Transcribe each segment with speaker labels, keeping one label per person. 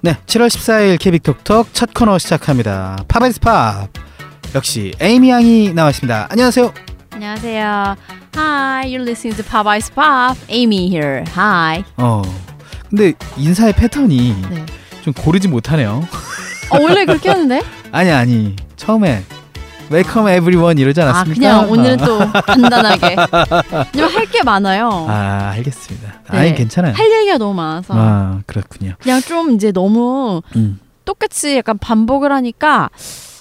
Speaker 1: 네, 7월 14일 케빅톡톡 첫 코너 시작합니다. 팝앤스 팝. 역시 에이미 양이 나왔습니다. 안녕하세요.
Speaker 2: 안녕하세요. Hi, you're listening to Pop Ice Pop. Amy here. Hi.
Speaker 1: 어. 근데 인사의 패턴이
Speaker 2: 네.
Speaker 1: 좀 고르지 못하네요.
Speaker 2: 어, 원래 그렇게 하는데?
Speaker 1: 아니 아니. 처음에 웰컴 에브리원 이러지
Speaker 2: 아,
Speaker 1: 않았습니까?
Speaker 2: 그냥 오늘은
Speaker 1: 아,
Speaker 2: 또 간단하게. 왜냐면 할 게 많아요.
Speaker 1: 아, 알겠습니다.
Speaker 2: 네.
Speaker 1: 아니 괜찮아요.
Speaker 2: 할 얘기가 너무 많아서.
Speaker 1: 아, 그렇군요.
Speaker 2: 그냥 좀 이제 너무
Speaker 1: 음.
Speaker 2: 똑같이 약간 반복을 하니까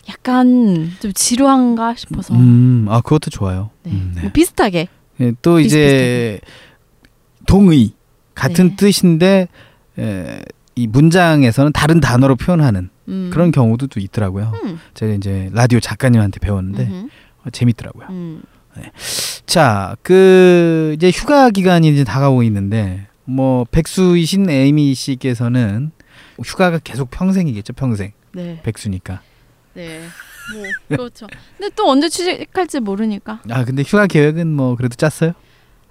Speaker 2: 약간 좀 지루한가 싶어서.
Speaker 1: 음, 아 그것도 좋아요.
Speaker 2: 네.
Speaker 1: 음, 네.
Speaker 2: 뭐 비슷하게.
Speaker 1: 예, 또 이제 동의 같은
Speaker 2: 네.
Speaker 1: 뜻인데 에, 이 문장에서는 다른 단어로 표현하는
Speaker 2: 음.
Speaker 1: 그런 경우도 또 있더라고요.
Speaker 2: 음.
Speaker 1: 제가 이제 라디오 작가님한테 배웠는데
Speaker 2: 음흠.
Speaker 1: 어, 재밌더라고요.
Speaker 2: 음.
Speaker 1: 자, 그 이제 휴가 기간이 이제 다가오고 있는데 뭐 백수이신 에이미 씨께서는 휴가가 계속 평생이겠죠, 평생
Speaker 2: 네.
Speaker 1: 백수니까.
Speaker 2: 네. 뭐 그렇죠. 근데 또 언제 취직할지 모르니까.
Speaker 1: 아 근데 휴가 계획은 뭐 그래도 짰어요?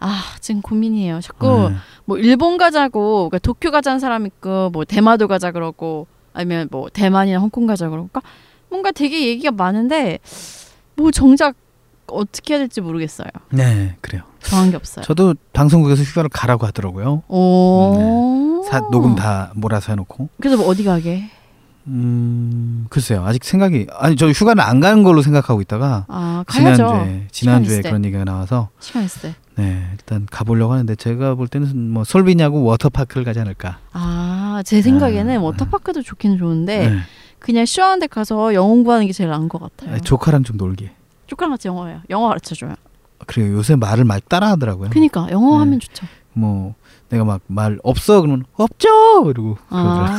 Speaker 2: 아, 지금 고민이에요. 자꾸
Speaker 1: 네.
Speaker 2: 뭐 일본 가자고 그러니까 도쿄 가자는 사람 있고 뭐 대마도 가자 그러고 아니면 뭐 대만이나 홍콩 가자 그러니까 뭔가 되게 얘기가 많은데 뭐 정작 어떻게 해야 될지 모르겠어요.
Speaker 1: 네, 그래요.
Speaker 2: 정한 게 없어요.
Speaker 1: 저도 방송국에서 휴가를 가라고 하더라고요.
Speaker 2: 오.
Speaker 1: 네. 사 녹음 다 몰아서 해놓고
Speaker 2: 그래서 뭐 어디 가게?
Speaker 1: 음 글쎄요 아직 생각이 아니 저 휴가는 안 가는 걸로 생각하고 있다가
Speaker 2: 아 가야죠.
Speaker 1: 지난주에 지난주에
Speaker 2: 있을 때.
Speaker 1: 그런 얘기가 나와서
Speaker 2: 시간 있을 때.
Speaker 1: 네 일단 가보려고 하는데 제가 볼 때는 뭐 솔비냐고 워터파크를 가지 않을까
Speaker 2: 아제 생각에는 워터파크도 좋기는 좋은데
Speaker 1: 네.
Speaker 2: 그냥 시원한 데 가서 영어 공부하는 게 제일 나은 것 같아요.
Speaker 1: 아, 조카랑 좀 놀게
Speaker 2: 조카랑 같이 영어해요. 영어 가르쳐줘요.
Speaker 1: 그리고 요새 말을 많이 따라하더라고요
Speaker 2: 그니까 영어
Speaker 1: 음. 네.
Speaker 2: 하면 좋죠.
Speaker 1: 뭐 내가 막 말 없어 그러면 없죠 이러고 그러더라고요.
Speaker 2: 아,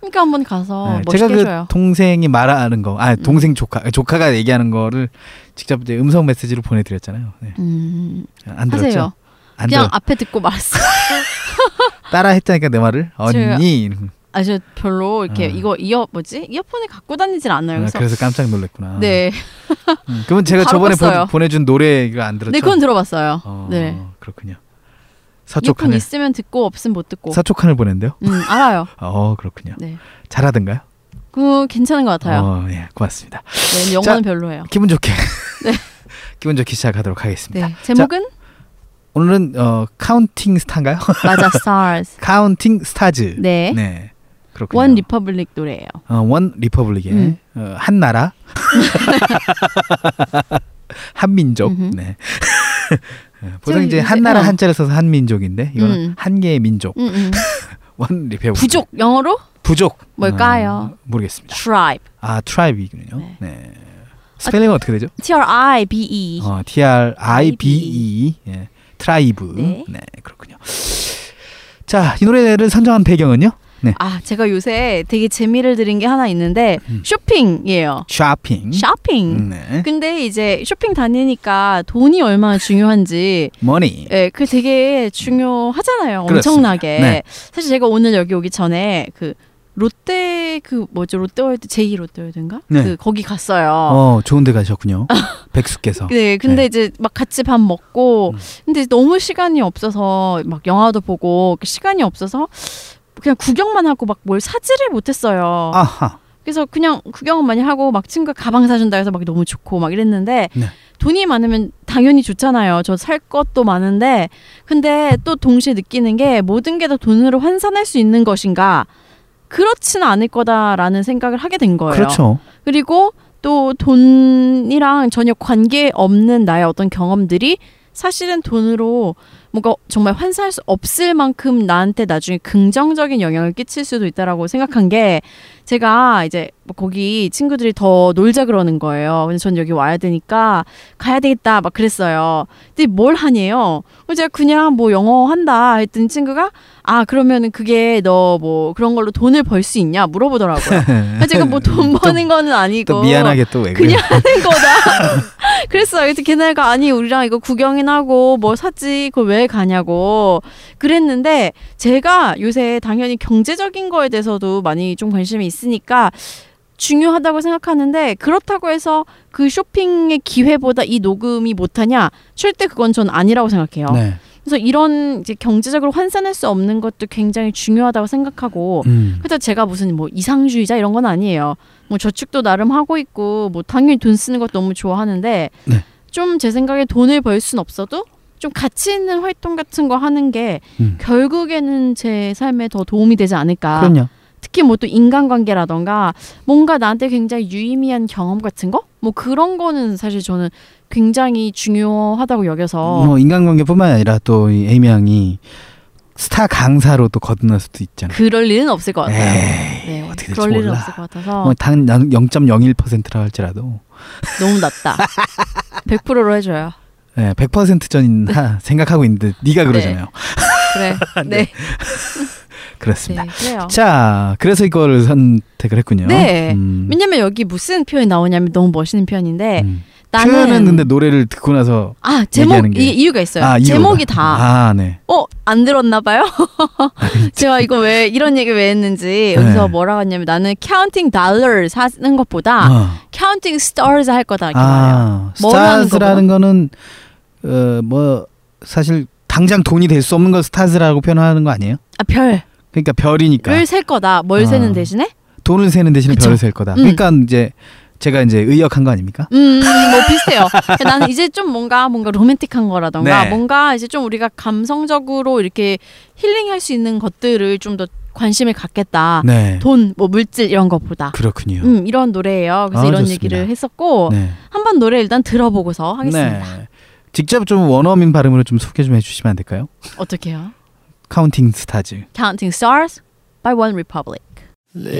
Speaker 2: 그러니까 한번 가서
Speaker 1: 네,
Speaker 2: 멋있게
Speaker 1: 제가 그
Speaker 2: 해줘요.
Speaker 1: 동생이 말하는 거, 아
Speaker 2: 음.
Speaker 1: 동생 조카, 조카가 얘기하는 거를 직접 이제 음성 메시지로 보내드렸잖아요. 네.
Speaker 2: 음,
Speaker 1: 안 들었죠?
Speaker 2: 하세요.
Speaker 1: 안
Speaker 2: 그냥
Speaker 1: 들었-
Speaker 2: 앞에 듣고 말았어요.
Speaker 1: 따라 했다니까 내 말을
Speaker 2: 제가-
Speaker 1: 언니 이런
Speaker 2: 아, 저 별로 이렇게
Speaker 1: 아.
Speaker 2: 이거 이어 뭐지 이어폰을 갖고 다니질 않아요.
Speaker 1: 거.
Speaker 2: 그래서
Speaker 1: 그래서 깜짝 놀랐구나.
Speaker 2: 네,
Speaker 1: 음, 그러면 제가
Speaker 2: 바로
Speaker 1: 저번에
Speaker 2: 껐어요.
Speaker 1: 보, 내준 노래가 안 들었죠?
Speaker 2: 네 그건 들어봤어요.
Speaker 1: 어,
Speaker 2: 네,
Speaker 1: 그렇군요. 서쪽
Speaker 2: 이어폰
Speaker 1: 칸을
Speaker 2: 있으면 듣고 없으면 못 듣고.
Speaker 1: 서쪽 칸을 보낸대요.
Speaker 2: 음, 알아요.
Speaker 1: 어 그렇군요.
Speaker 2: 네,
Speaker 1: 잘하던가요?
Speaker 2: 그 괜찮은 것 같아요.
Speaker 1: 어, 예, 고맙습니다.
Speaker 2: 네, 영어는 별로예요.
Speaker 1: 기분 좋게
Speaker 2: 네.
Speaker 1: 기분 좋게 시작하도록 하겠습니다.
Speaker 2: 네, 제목은
Speaker 1: 오늘은 어, 카운팅 스타인가요?
Speaker 2: 맞아, Stars.
Speaker 1: 카운팅 스타즈.
Speaker 2: 네,
Speaker 1: 그렇군요.
Speaker 2: 원 리퍼블릭 노래예요.
Speaker 1: 어, 원 리퍼블릭의
Speaker 2: 음.
Speaker 1: 어, 한 나라 한민족
Speaker 2: 음흠.
Speaker 1: 네. 보통
Speaker 2: 저기
Speaker 1: 이제
Speaker 2: 이제,
Speaker 1: 한 나라
Speaker 2: 어.
Speaker 1: 한자를 써서 한민족인데 이거는
Speaker 2: 음.
Speaker 1: 한 개의 민족
Speaker 2: 음, 음.
Speaker 1: 원 리퍼블릭
Speaker 2: 부족 영어로
Speaker 1: 부족
Speaker 2: 뭘까요?
Speaker 1: 어, 모르겠습니다
Speaker 2: tribe,
Speaker 1: 아 트라이브이군요 네,
Speaker 2: 네. 아,
Speaker 1: 스펠링은 어떻게 되죠
Speaker 2: T R I B E.
Speaker 1: 어, T R I B E 예. 트라이브 네.
Speaker 2: 네.
Speaker 1: 그렇군요 자 이 노래를 선정한 배경은요
Speaker 2: 아, 제가 요새 되게 재미를 들인 게 하나 있는데
Speaker 1: 음.
Speaker 2: 쇼핑이에요. 음?
Speaker 1: 쇼핑
Speaker 2: 쇼핑.
Speaker 1: 네
Speaker 2: 근데 이제 쇼핑 다니니까 돈이 얼마나 중요한지,
Speaker 1: 머니
Speaker 2: 예, 그 되게 중요하잖아요.
Speaker 1: 그렇습니다.
Speaker 2: 엄청나게.
Speaker 1: 네.
Speaker 2: 사실 제가 오늘 여기 오기 전에 그 롯데 그 뭐죠 롯데월드 제2 롯데월드인가?
Speaker 1: 네.
Speaker 2: 그 거기 갔어요.
Speaker 1: 어 좋은데 가셨군요 백수께서
Speaker 2: 네, 근데
Speaker 1: 네.
Speaker 2: 이제 막 같이 밥 먹고,
Speaker 1: 음.
Speaker 2: 근데 너무 시간이 없어서 막 영화도 보고 그 시간이 없어서 그냥 구경만 하고 막 뭘 사지를 못했어요.
Speaker 1: 아하
Speaker 2: 그래서 그냥 구경은 많이 하고 막 친구가 가방 사준다 해서 막 너무 좋고 막 이랬는데
Speaker 1: 네.
Speaker 2: 돈이 많으면 당연히 좋잖아요. 저 살 것도 많은데 근데 또 동시에 느끼는 게 모든 게 다 돈으로 환산할 수 있는 것인가 그렇지는 않을 거다라는 생각을 하게 된 거예요.
Speaker 1: 그렇죠.
Speaker 2: 그리고 또 돈이랑 전혀 관계 없는 나의 어떤 경험들이 사실은 돈으로 뭔가 정말 환산할 수 없을 만큼 나한테 나중에 긍정적인 영향을 끼칠 수도 있다라고 생각한 게 제가 이제 뭐 거기 친구들이 더 놀자 그러는 거예요. 근데 전 여기 와야 되니까 가야 되겠다 막 그랬어요. 근데 뭘 하냐요? 그래서 제가 그냥 뭐 영어 한다 했더니 친구가 아 그러면은 그게 너 뭐 그런 걸로 돈을 벌 수 있냐 물어보더라고요. 아, 제가 뭐 돈 버는 거는 아니고
Speaker 1: 또 미안하게 또 왜 그래?
Speaker 2: 그냥 하는 거다. 그랬어요. 그래서 걔네가 아니 우리랑 이거 구경이나 하고 뭐 샀지 그걸 왜 가냐고 그랬는데 제가 요새 당연히 경제적인 거에 대해서도 많이 좀 관심이 있으니까 중요하다고 생각하는데 그렇다고 해서 그 쇼핑의 기회보다 이 녹음이 못하냐 절대 그건 전 아니라고 생각해요.
Speaker 1: 네.
Speaker 2: 그래서 이런 이제 경제적으로 환산할 수 없는 것도 굉장히 중요하다고 생각하고
Speaker 1: 음.
Speaker 2: 그래서 제가 무슨 뭐 이상주의자 이런 건 아니에요. 뭐 저축도 나름 하고 있고 뭐 당연히 돈 쓰는 것도 너무 좋아하는데
Speaker 1: 네.
Speaker 2: 좀 제 생각에 돈을 벌 순 없어도 좀 가치 있는 활동 같은 거 하는 게
Speaker 1: 음.
Speaker 2: 결국에는 제 삶에 더 도움이 되지 않을까.
Speaker 1: 그럼요.
Speaker 2: 특히 뭐 또 인간관계라던가 뭔가 나한테 굉장히 유의미한 경험 같은 거? 뭐 그런 거는 사실 저는 굉장히 중요하다고 여겨서
Speaker 1: 뭐 인간관계뿐만 아니라 또이 에이미 양이 스타 강사로 또 거듭날 수도 있잖아요.
Speaker 2: 그럴 일은 없을 것 같아요.
Speaker 1: 에이,
Speaker 2: 네,
Speaker 1: 어떻게 될지
Speaker 2: 그럴 일은
Speaker 1: 몰라.
Speaker 2: 없을 것 같아서
Speaker 1: 뭐단 0.01%라 할지라도
Speaker 2: 너무 낮다. 100%로 해줘요.
Speaker 1: 네, 100%
Speaker 2: 네.
Speaker 1: 전이나 생각하고 있는데 네가 그러잖아요.
Speaker 2: 그래. 네. 네.
Speaker 1: 그렇습니다.
Speaker 2: 그래요.
Speaker 1: 자, 그래서 이거를 선택을 했군요.
Speaker 2: 네.
Speaker 1: 음,
Speaker 2: 왜냐면 여기 무슨 표현이 나오냐면 너무 멋있는 표현인데
Speaker 1: 음.
Speaker 2: 나는
Speaker 1: 표현은 근데 노래를 듣고 나서
Speaker 2: 아
Speaker 1: 얘기하는
Speaker 2: 제목
Speaker 1: 게-
Speaker 2: 이 이유가 있어요.
Speaker 1: 아, 이유가.
Speaker 2: 제목이 다.
Speaker 1: 아, 네.
Speaker 2: 어 안 들었나 봐요. 제가 이거 왜 이런 얘기 왜 했는지 여기서
Speaker 1: 네.
Speaker 2: 뭐라고 했냐면 나는 counting dollars 하는 것보다
Speaker 1: 아,
Speaker 2: counting stars 할 거다 이렇게 말해요.
Speaker 1: 아
Speaker 2: 뭘 하는
Speaker 1: 스타즈라는 거는 어, 뭐 사실 당장 돈이 될 수 없는 걸 스타즈라고 표현하는 거 아니에요?
Speaker 2: 아 별을
Speaker 1: 그러니까 별이니까.
Speaker 2: 셀 거다. 뭘
Speaker 1: 아.
Speaker 2: 세는 대신에
Speaker 1: 돈을 세는 대신에
Speaker 2: 그쵸.
Speaker 1: 별을 셀 거다.
Speaker 2: 음.
Speaker 1: 그러니까 이제 제가 이제 의역한 거 아닙니까?
Speaker 2: 음, 뭐 비슷해요. 나는 이제 좀 뭔가 뭔가 로맨틱한 거라던가
Speaker 1: 네.
Speaker 2: 뭔가 이제 좀 우리가 감성적으로 이렇게 힐링할 수 있는 것들을 좀 더 관심을 갖겠다.
Speaker 1: 네.
Speaker 2: 돈, 뭐 물질 이런 것보다.
Speaker 1: 그렇군요.
Speaker 2: 음, 뭐 이런 노래예요. 그래서
Speaker 1: 아,
Speaker 2: 이런
Speaker 1: 좋습니다.
Speaker 2: 얘기를 했었고
Speaker 1: 네.
Speaker 2: 한번 노래 일단 들어보고서 하겠습니다.
Speaker 1: 네. 직접 좀 원어민 발음으로 좀 소개 좀 해주시면 안 될까요?
Speaker 2: 어떻게 해요?
Speaker 1: 카운팅 스타즈.
Speaker 2: Counting Stars by One Republic.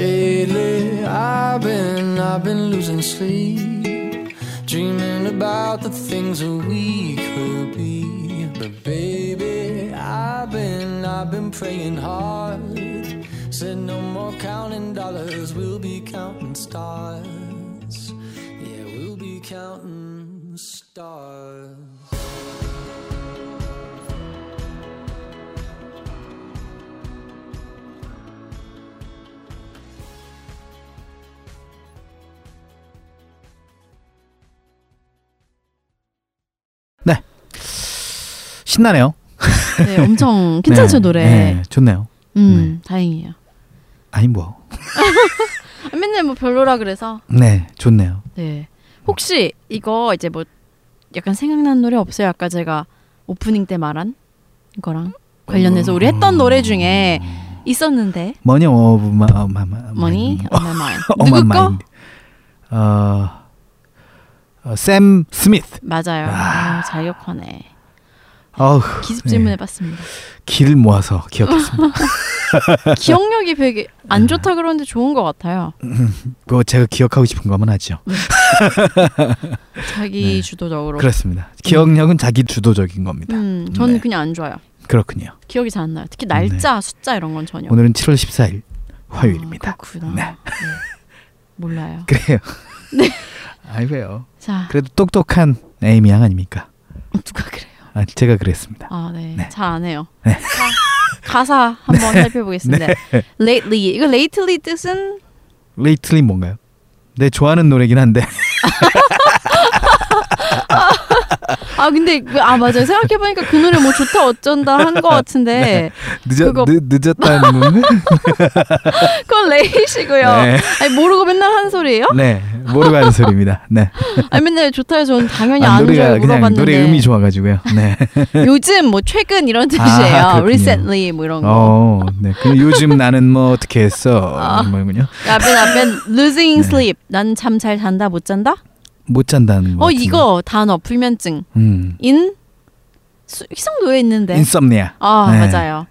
Speaker 3: Lately, I've been, I've been losing sleep, dreaming about the things that we could be. But baby, I've been, I've been praying hard. Said no more counting dollars, we'll be counting stars. Yeah, we'll be counting stars.
Speaker 1: 신나네요.
Speaker 2: 네, 엄청 괜찮죠
Speaker 1: 네.
Speaker 2: 노래.
Speaker 1: 네. 좋네요.
Speaker 2: 음, 다행이에요.
Speaker 1: 아니 뭐.
Speaker 2: 아, 맨날 뭐 별로라 그래서
Speaker 1: 네, 좋네요.
Speaker 2: 네. 혹시 이거 이제 뭐 약간 생각난 노래 없어요? 아까 제가 오프닝 때 말한 거랑 관련해서 우리 했던 노래 중에
Speaker 1: 음.
Speaker 2: 있었는데
Speaker 1: 머니 오브 마마
Speaker 2: 뭐니? On my mind. 누구
Speaker 1: 어마
Speaker 2: 거?
Speaker 1: 마인드. 어, 어, 샘 스미스.
Speaker 2: 맞아요. 아, 자격하네.
Speaker 1: 어우,
Speaker 2: 기습
Speaker 1: 네.
Speaker 2: 질문해봤습니다.
Speaker 1: 길을 모아서 기억했습니다.
Speaker 2: 기억력이 되게
Speaker 1: 네.
Speaker 2: 안 좋다 그러는데 좋은 것 같아요.
Speaker 1: 뭐 제가 기억하고 싶은 거면 하죠.
Speaker 2: 자기
Speaker 1: 네.
Speaker 2: 주도적으로.
Speaker 1: 그렇습니다. 기억력은 자기 주도적인 겁니다.
Speaker 2: 음, 저는
Speaker 1: 네.
Speaker 2: 그냥 안 좋아요.
Speaker 1: 그렇군요.
Speaker 2: 기억이 잘 안 나요. 특히 날짜, 숫자 이런 건 전혀.
Speaker 1: 오늘은 7월 14일 화요일입니다.
Speaker 2: 음. 아, 그렇구나.
Speaker 1: 네.
Speaker 2: 네. 몰라요. 네.
Speaker 1: 그래요. 아이 왜요?
Speaker 2: 자,
Speaker 1: 그래도 똑똑한 에이미 양 아닙니까?
Speaker 2: 누가 그래요?
Speaker 1: 아, 제가 그랬습니다.
Speaker 2: 아, 네.
Speaker 1: 네.
Speaker 2: 잘 안 해요.
Speaker 1: 네.
Speaker 2: 자, 가사 한번 살펴보겠습니다. lately. 이거 lately 뜻은
Speaker 1: 레이틀리 뭔가요? 내 좋아하는 노래긴 한데
Speaker 2: 아, 근데 그- 아, 맞아요. 생각해 보니까 그 노래 뭐 좋다 어쩐다 한 거
Speaker 1: 네.
Speaker 2: 같은데.
Speaker 1: 늦어
Speaker 2: 그거-
Speaker 1: 늦, 늦었다는 건데.
Speaker 2: 그건 late이고요.
Speaker 1: 네.
Speaker 2: 아니 모르고 맨날 한 소리예요?
Speaker 1: 네, 모르고 하는 소리입니다. 네.
Speaker 2: 아니 맨날 좋다 해서 저는 당연히
Speaker 1: 아,
Speaker 2: 아는 줄
Speaker 1: 노래가
Speaker 2: 알고
Speaker 1: 그냥
Speaker 2: 물어봤는데.
Speaker 1: 노래 음이 좋아 가지고요. 네.
Speaker 2: 요즘 뭐 최근 이런 뜻이에요.
Speaker 1: 그렇군요.
Speaker 2: recently 뭐 이런 거. 아.
Speaker 1: 어, 네. 그 요즘 나는 뭐 어떻게 했어? 뭐군요.
Speaker 2: 야벤 야벤
Speaker 1: 네.
Speaker 2: losing sleep. 난 잠 잘 잔다 못 잔다?
Speaker 1: 못 잔다는 거.
Speaker 2: 어
Speaker 1: 같은데.
Speaker 2: 이거 단어 불면증.
Speaker 1: 음.
Speaker 2: 인 수, 희성 노래 있는데.
Speaker 1: 인썸니아.
Speaker 2: 아
Speaker 1: 네.
Speaker 2: 맞아요.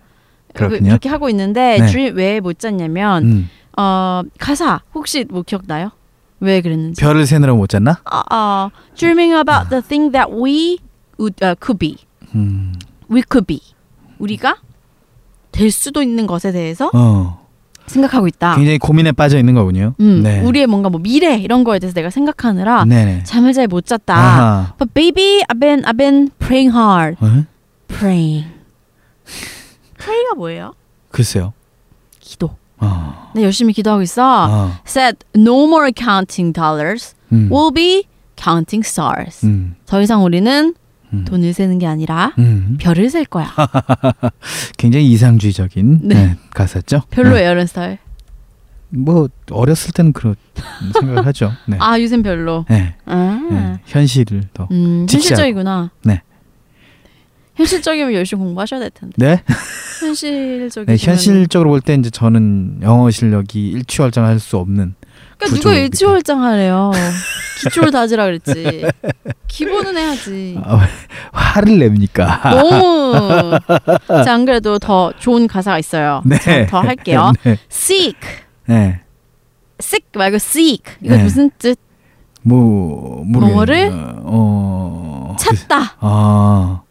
Speaker 1: 그렇군요.
Speaker 2: 그- 그렇게 하고 있는데
Speaker 1: 네.
Speaker 2: 주인 왜못 잤냐면
Speaker 1: 음.
Speaker 2: 어 가사 혹시 뭐 기억나요? 왜 그랬는지.
Speaker 1: 별을 세느라 못 잤나?
Speaker 2: 아, 아, dreaming about the thing that we would, uh, could be,
Speaker 1: 음.
Speaker 2: we could be. 우리가 될 수도 있는 것에 대해서
Speaker 1: 어.
Speaker 2: 생각하고 있다.
Speaker 1: 굉장히 고민에 빠져 있는 거군요.
Speaker 2: 아.
Speaker 1: 네.
Speaker 2: 음, 우리의 뭔가 뭐 미래 이런 거에 대해서 내가 생각하느라
Speaker 1: 네네.
Speaker 2: 잠을 잘 못 잤다.
Speaker 1: 아하.
Speaker 2: But baby, I've been I've been praying hard.
Speaker 1: 어?
Speaker 2: Praying. pray가 뭐예요?
Speaker 1: 글쎄요.
Speaker 2: 기도.
Speaker 1: 어.
Speaker 2: 나 열심히 기도하고 있어.
Speaker 1: 어.
Speaker 2: said no more counting dollars,
Speaker 1: 음.
Speaker 2: we'll be counting stars.
Speaker 1: 음.
Speaker 2: 더 이상 우리는
Speaker 1: 음.
Speaker 2: 돈을 세는 게 아니라
Speaker 1: 음.
Speaker 2: 별을 셀 거야.
Speaker 1: 굉장히 이상주의적인
Speaker 2: 네.
Speaker 1: 네, 가사죠. 네.
Speaker 2: 별로예요, 이런 스타일.
Speaker 1: 뭐 어렸을 때는 그런 생각을 하죠. 네.
Speaker 2: 아, 요샌 별로.
Speaker 1: 네.
Speaker 2: 아.
Speaker 1: 네. 현실을 더.
Speaker 2: 음,
Speaker 1: 직시하고.
Speaker 2: 현실적이구나.
Speaker 1: 네.
Speaker 2: 현실적이면 열심히 공부하셔야 될 텐데.
Speaker 1: 네?
Speaker 2: 현실적이.
Speaker 1: 네, 현실적으로 볼 때 이제 저는 영어 실력이 일취월장할 수 없는
Speaker 2: 그러니까 누가
Speaker 1: 구조입니다.
Speaker 2: 일치월장하래요. 기초를 다지라 그랬지. 기본은 해야지.
Speaker 1: 아, 화를 냅니까?
Speaker 2: 너무. 자, 안 그래도 더 좋은 가사가 있어요.
Speaker 1: 네.
Speaker 2: 자, 더 할게요.
Speaker 1: 네.
Speaker 2: seek,
Speaker 1: 네.
Speaker 2: seek 말고 seek. 이거
Speaker 1: 네.
Speaker 2: 무슨 뜻?
Speaker 1: 뭐
Speaker 2: 뭐를?
Speaker 1: 모르겠네요. 어.
Speaker 2: 찾다.
Speaker 1: 아.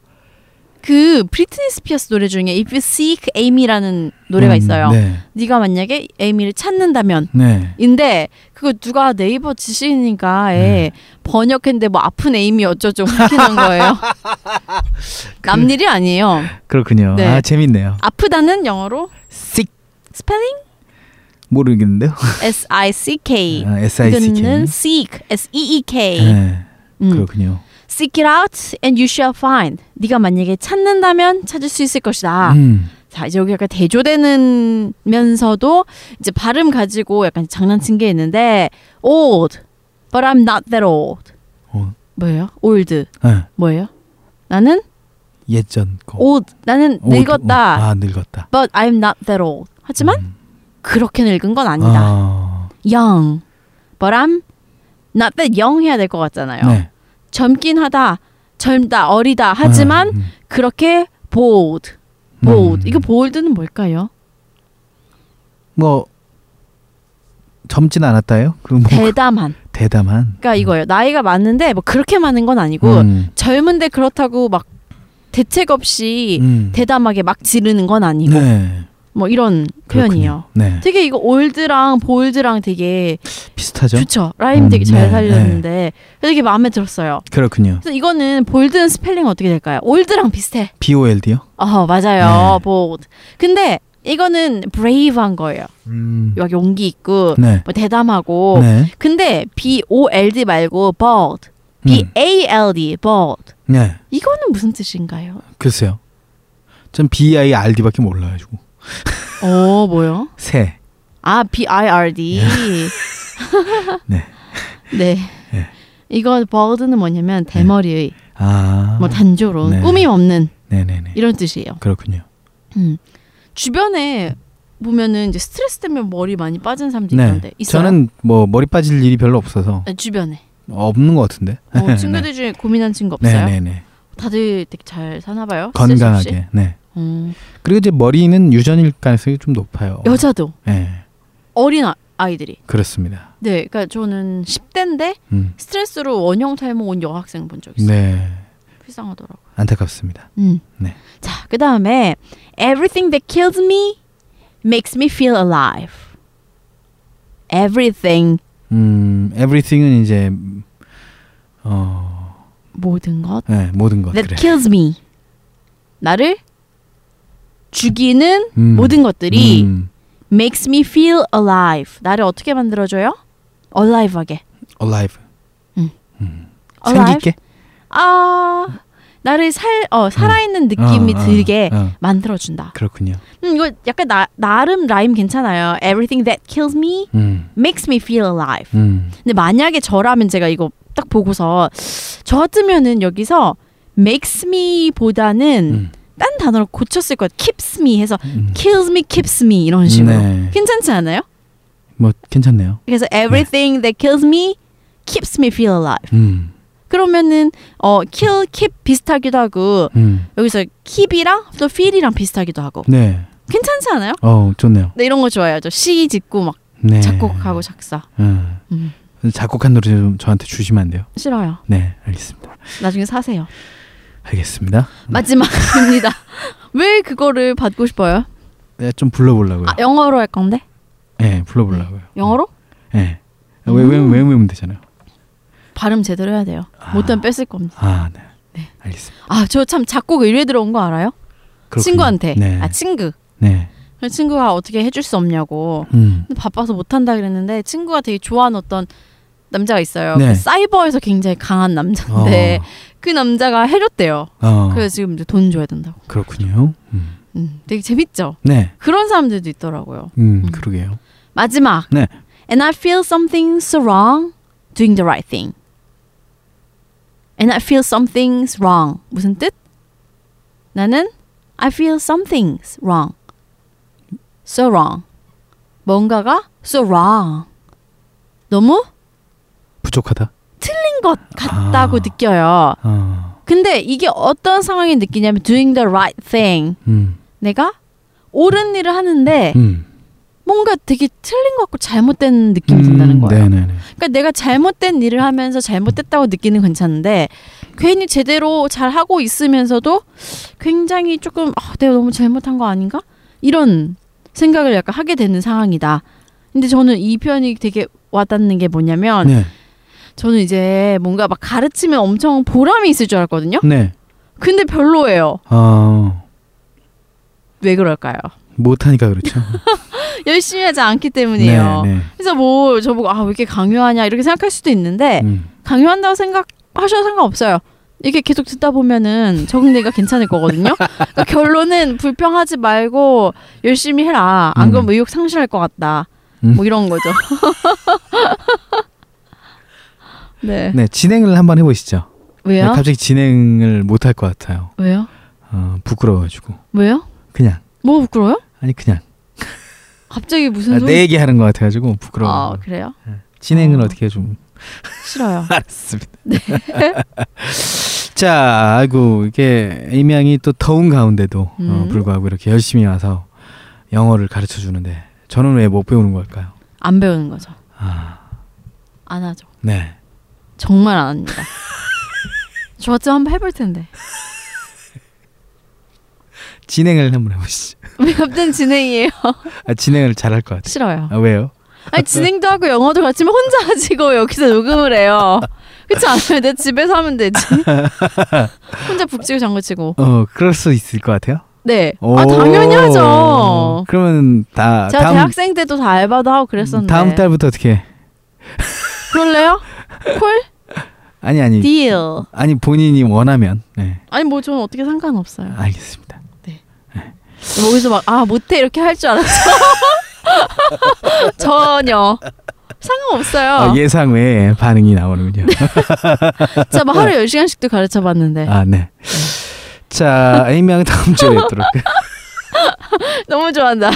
Speaker 2: 그 브리트니 스피어스 노래 중에 If You Seek Amy라는 노래가
Speaker 1: 음,
Speaker 2: 있어요.
Speaker 1: 네.
Speaker 2: 네가 만약에 에이미를 찾는다면.
Speaker 1: 네.
Speaker 2: 인데 그거 누가 네이버
Speaker 1: 네.
Speaker 2: 지식인가에 번역했는데 뭐 아픈 에이미 어쩌고 확인한 거예요. 남 일이 아니에요.
Speaker 1: 그렇군요.
Speaker 2: 네.
Speaker 1: 아, 재밌네요.
Speaker 2: 아프다는 영어로
Speaker 1: 씩
Speaker 2: 스펠링
Speaker 1: 모르겠는데요.
Speaker 2: S I C K.
Speaker 1: 아, S I C K.
Speaker 2: 이거는 seek S E E K.
Speaker 1: 네.
Speaker 2: 음.
Speaker 1: 그렇군요.
Speaker 2: Seek it out and you shall find. 네가 만약에 찾는다면 찾을 수 있을 것이다.
Speaker 1: 음.
Speaker 2: 자 이제 여기 약간 대조되는 면서도 이제 발음 가지고 약간 장난친 게 있는데 old but I'm not that old
Speaker 1: 어.
Speaker 2: 뭐예요? old
Speaker 1: 네.
Speaker 2: 뭐예요? 나는
Speaker 1: 예전 거.
Speaker 2: old 나는
Speaker 1: 오,
Speaker 2: 늙었다
Speaker 1: 아, 늙었다.
Speaker 2: but I'm not that old 하지만
Speaker 1: 음.
Speaker 2: 그렇게 늙은 건 아니다
Speaker 1: 아,
Speaker 2: young but I'm not that young 해야 될 것 같잖아요
Speaker 1: 네.
Speaker 2: 젊긴 하다 젊다 어리다 하지만
Speaker 1: 아, 음.
Speaker 2: 그렇게 bold bold
Speaker 1: 음.
Speaker 2: 이거 bold는 뭘까요?
Speaker 1: 뭐 젊진 않았다요? 그뭐
Speaker 2: 대담한
Speaker 1: 대담한.
Speaker 2: 그러니까 이거예요. 나이가 많은데 뭐 그렇게 많은 건 아니고
Speaker 1: 음.
Speaker 2: 젊은데 그렇다고 막 대책 없이
Speaker 1: 음.
Speaker 2: 대담하게 막 지르는 건 아니고
Speaker 1: 네.
Speaker 2: 뭐 이런 표현이에요.
Speaker 1: 그렇군요. 네.
Speaker 2: 되게 이거 올드랑 볼드랑 되게
Speaker 1: 비슷하죠?
Speaker 2: 좋죠. 라임
Speaker 1: 음,
Speaker 2: 되게 잘
Speaker 1: 네,
Speaker 2: 살렸는데 되게 마음에 들었어요.
Speaker 1: 그렇군요.
Speaker 2: 그래서 이거는 볼드는 스펠링 어떻게 될까요? 올드랑 비슷해.
Speaker 1: B O L D요?
Speaker 2: 어 맞아요.
Speaker 1: 네.
Speaker 2: 볼드. 근데 이거는 brave한 거예요.
Speaker 1: 음.
Speaker 2: 막 용기 있고
Speaker 1: 네.
Speaker 2: 뭐 대담하고.
Speaker 1: 네.
Speaker 2: 근데 B O L D 말고 bold, B
Speaker 1: 음.
Speaker 2: A L D bold.
Speaker 1: 네.
Speaker 2: 이거는 무슨 뜻인가요?
Speaker 1: 글쎄요. 전 B I R D밖에 몰라 가지고.
Speaker 2: 어, 뭐요?
Speaker 1: 새.
Speaker 2: 아, B I R D.
Speaker 1: 예. 네.
Speaker 2: 네.
Speaker 1: 예. 네.
Speaker 2: 이거 버드는 뭐냐면 대머리의
Speaker 1: 아.
Speaker 2: 뭐 단조로운
Speaker 1: 네.
Speaker 2: 꾸밈 없는
Speaker 1: 네, 네, 네.
Speaker 2: 이런 뜻이에요.
Speaker 1: 그렇군요.
Speaker 2: 음. 주변에 보면은 이제 스트레스 때문에 머리 많이 빠진 사람들 이
Speaker 1: 네.
Speaker 2: 있는데 있어요?
Speaker 1: 저는 뭐 머리 빠질 일이 별로 없어서
Speaker 2: 네, 주변에
Speaker 1: 없는 것 같은데.
Speaker 2: 어, 친구들 중에 고민한 친구 없어요?
Speaker 1: 네, 네, 네.
Speaker 2: 다들 되게 잘 사나 봐요. 스트레스 없이?
Speaker 1: 건강하게. 네.
Speaker 2: 음.
Speaker 1: 그리고 이제 머리는 유전일 가능성이 좀 높아요.
Speaker 2: 여자도
Speaker 1: 네,
Speaker 2: 어린 아- 아이들이.
Speaker 1: 그렇습니다.
Speaker 2: 네, 그러니까 저는 10대인데
Speaker 1: 음.
Speaker 2: 스트레스로 원형 탈모 온 여학생 본 적 있어요.
Speaker 1: 네,
Speaker 2: 불쌍하더라고.
Speaker 1: 안타깝습니다.
Speaker 2: 음.
Speaker 1: 네.
Speaker 2: 자, 그 다음에 Everything that kills me makes me feel alive. Everything
Speaker 1: 음, everything은 이제 어,
Speaker 2: 모든 것
Speaker 1: 네, 모든 것
Speaker 2: that
Speaker 1: 그래.
Speaker 2: kills me 나를 죽이는
Speaker 1: 음,
Speaker 2: 모든 것들이
Speaker 1: 음,
Speaker 2: makes me feel alive. 나를 어떻게 만들어줘요? alive하게.
Speaker 1: alive.
Speaker 2: 음.
Speaker 1: 음.
Speaker 2: alive.
Speaker 1: 생기게
Speaker 2: 아, 나를 살어 살아있는 느낌이
Speaker 1: 어, 어,
Speaker 2: 들게
Speaker 1: 어,
Speaker 2: 만들어준다.
Speaker 1: 그렇군요.
Speaker 2: 음, 이거 약간 나, 나름 라임 괜찮아요. Everything that kills me
Speaker 1: 음,
Speaker 2: makes me feel alive.
Speaker 1: 음,
Speaker 2: 근데 만약에 저라면 제가 이거 딱 보고서 저 같으면은 여기서 makes me보다는
Speaker 1: 음,
Speaker 2: 딴 단어로 고쳤을 것 같아요. keeps me 해서
Speaker 1: 음.
Speaker 2: kills me, keeps me 이런 식으로.
Speaker 1: 네,
Speaker 2: 괜찮지 않아요?
Speaker 1: 뭐 괜찮네요.
Speaker 2: 그래서 everything that kills me keeps me feel alive.
Speaker 1: 음,
Speaker 2: 그러면은 어 kill, keep 비슷하기도 하고
Speaker 1: 음,
Speaker 2: 여기서 keep이랑 또 feel이랑 비슷하기도 하고
Speaker 1: 네,
Speaker 2: 괜찮지 않아요?
Speaker 1: 어, 좋네요.
Speaker 2: 네, 이런 거 좋아해요. 저 시 짓고 막
Speaker 1: 네,
Speaker 2: 작곡하고 작사.
Speaker 1: 음.
Speaker 2: 음,
Speaker 1: 작곡한 노래 좀 저한테 주시면 안 돼요?
Speaker 2: 싫어요.
Speaker 1: 네, 알겠습니다.
Speaker 2: 나중에 사세요.
Speaker 1: 알겠습니다.
Speaker 2: 마지막입니다. 왜 그거를 받고 싶어요?
Speaker 1: 네, 좀 불러보려고요.
Speaker 2: 아, 영어로 할 건데?
Speaker 1: 네, 불러보려고요.
Speaker 2: 영어로? 음.
Speaker 1: 예. 왜, 왜, 왜 외우면 되잖아요.
Speaker 2: 발음 제대로 해야 돼요.
Speaker 1: 아.
Speaker 2: 못하면 뺏을 겁니다.
Speaker 1: 아, 네.
Speaker 2: 네.
Speaker 1: 알겠습니다.
Speaker 2: 아, 저 참 작곡 의뢰 들어온 거 알아요?
Speaker 1: 그렇군요.
Speaker 2: 친구한테.
Speaker 1: 네.
Speaker 2: 아, 친구.
Speaker 1: 네.
Speaker 2: 그래서 친구가 어떻게 해줄 수 없냐고.
Speaker 1: 음.
Speaker 2: 근데 바빠서 못한다 그랬는데 친구가 되게 좋아하는 어떤 남자가 있어요.
Speaker 1: 네.
Speaker 2: 그 사이버에서 굉장히 강한 남자인데 그 남자가 해줬대요.
Speaker 1: 어, 어,
Speaker 2: 그래서 지금 이제 돈 줘야 된다고.
Speaker 1: 그렇군요. 음.
Speaker 2: 음, 되게 재밌죠.
Speaker 1: 네,
Speaker 2: 그런 사람들도 있더라고요.
Speaker 1: 음,
Speaker 2: 음.
Speaker 1: 그러게요.
Speaker 2: 마지막.
Speaker 1: 네.
Speaker 2: And I feel something so wrong doing the right thing. And I feel something's wrong. 무슨 뜻? 나는 I feel something's wrong. So wrong. 뭔가가 so wrong. 너무
Speaker 1: 부족하다.
Speaker 2: 틀린 것 같다고
Speaker 1: 아.
Speaker 2: 느껴요.
Speaker 1: 어,
Speaker 2: 근데 이게 어떤 상황에 느끼냐면 doing the right thing.
Speaker 1: 음,
Speaker 2: 내가 옳은 일을 하는데
Speaker 1: 음,
Speaker 2: 뭔가 되게 틀린 것 같고 잘못된 느낌이 든다는 거예요.
Speaker 1: 네, 네, 네.
Speaker 2: 그러니까 내가 잘못된 일을 하면서 잘못됐다고 느끼는 건 괜찮은데 괜히 제대로 잘 하고 있으면서도 굉장히 조금 아, 내가 너무 잘못한 거 아닌가 이런 생각을 약간 하게 되는 상황이다. 근데 저는 이 표현이 되게 와닿는 게 뭐냐면
Speaker 1: 네,
Speaker 2: 저는 이제 뭔가 막 가르치면 엄청 보람이 있을 줄 알았거든요.
Speaker 1: 네.
Speaker 2: 근데 별로예요.
Speaker 1: 어,
Speaker 2: 왜 그럴까요?
Speaker 1: 못하니까 그렇죠.
Speaker 2: 열심히 하지 않기 때문이에요.
Speaker 1: 네, 네.
Speaker 2: 그래서 뭐 저보고 아 왜 이렇게 강요하냐 이렇게 생각할 수도 있는데
Speaker 1: 음,
Speaker 2: 강요한다고 생각하셔도 상관없어요. 이게 계속 듣다 보면은 적응되기가 괜찮을 거거든요. 그러니까 결론은 불평하지 말고 열심히 해라. 안 그러면 의욕 상실할 것 같다.
Speaker 1: 음.
Speaker 2: 뭐 이런 거죠. 네.
Speaker 1: 네, 진행을 한번 해보시죠. 네,
Speaker 2: 왜요?
Speaker 1: 갑자기 진행을 못할 것 같아요.
Speaker 2: 왜요?
Speaker 1: 어, 부끄러워가지고
Speaker 2: 왜요?
Speaker 1: 그냥
Speaker 2: 뭐 부끄러워요?
Speaker 1: 아니 그냥
Speaker 2: 갑자기 무슨
Speaker 1: 아,
Speaker 2: 소리?
Speaker 1: 내 얘기하는 것 같아가지고 부끄러워.
Speaker 2: 아 그래요?
Speaker 1: 진행을
Speaker 2: 어.
Speaker 1: 어떻게 좀
Speaker 2: 싫어요.
Speaker 1: 아. 알았습니다. 자, 아이고 이게 에이미 양이 또 더운 가운데도 어,
Speaker 2: 음.
Speaker 1: 불구하고 이렇게 열심히 와서 영어를 가르쳐 주는데 저는 왜 못 배우는 걸까요?
Speaker 2: 안 배우는 거죠.
Speaker 1: 아,
Speaker 2: 안 하죠.
Speaker 1: 네.
Speaker 2: 정말 안 합니다. 저 같으면 한번 해볼 텐데.
Speaker 1: 진행을 한번 해보시죠.
Speaker 2: 왜 갑자기 진행이에요?
Speaker 1: 아, 진행을 잘할 것 같아요.
Speaker 2: 싫어요.
Speaker 1: 아, 왜요?
Speaker 2: 아니 진행도 하고 영어도 같이면 혼자 하시고 여기서 녹음을 해요. 그렇지 않아요? 내 집에서 하면 되지. 혼자 북치고 장구치고.
Speaker 1: 어, 그럴 수 있을 것 같아요.
Speaker 2: 네.
Speaker 1: 오.
Speaker 2: 아 당연히 하죠.
Speaker 1: 그러면 다
Speaker 2: 제가
Speaker 1: 다음
Speaker 2: 대학생 때도 다 알바도 하고 그랬었는데.
Speaker 1: 다음 달부터 어떻게?
Speaker 2: 그럴래요? 콜
Speaker 1: 아니 아니
Speaker 2: 딜.
Speaker 1: 아니 본인이 원하면 네
Speaker 2: 아니 뭐 저는 어떻게 상관없어요.
Speaker 1: 아. 알겠습니다.
Speaker 2: 뭐 거기서 막 아 못해 이렇게 할 줄 알았어. 전혀 상관없어요.
Speaker 1: 어, 예상 외에 반응이 나오는군요.
Speaker 2: 진짜 막 하루 10시간씩도 가르쳐봤는데
Speaker 1: 네. 아 네. 자 에이미 양은 다음 주에 뵙도록.
Speaker 2: 너무 좋아한다.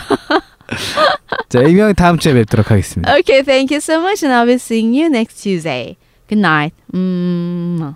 Speaker 1: 자, 에이미 양 다음 주에 뵙도록 하겠습니다.
Speaker 2: Okay, thank you so much, and I'll be seeing you next Tuesday. Good night. 음.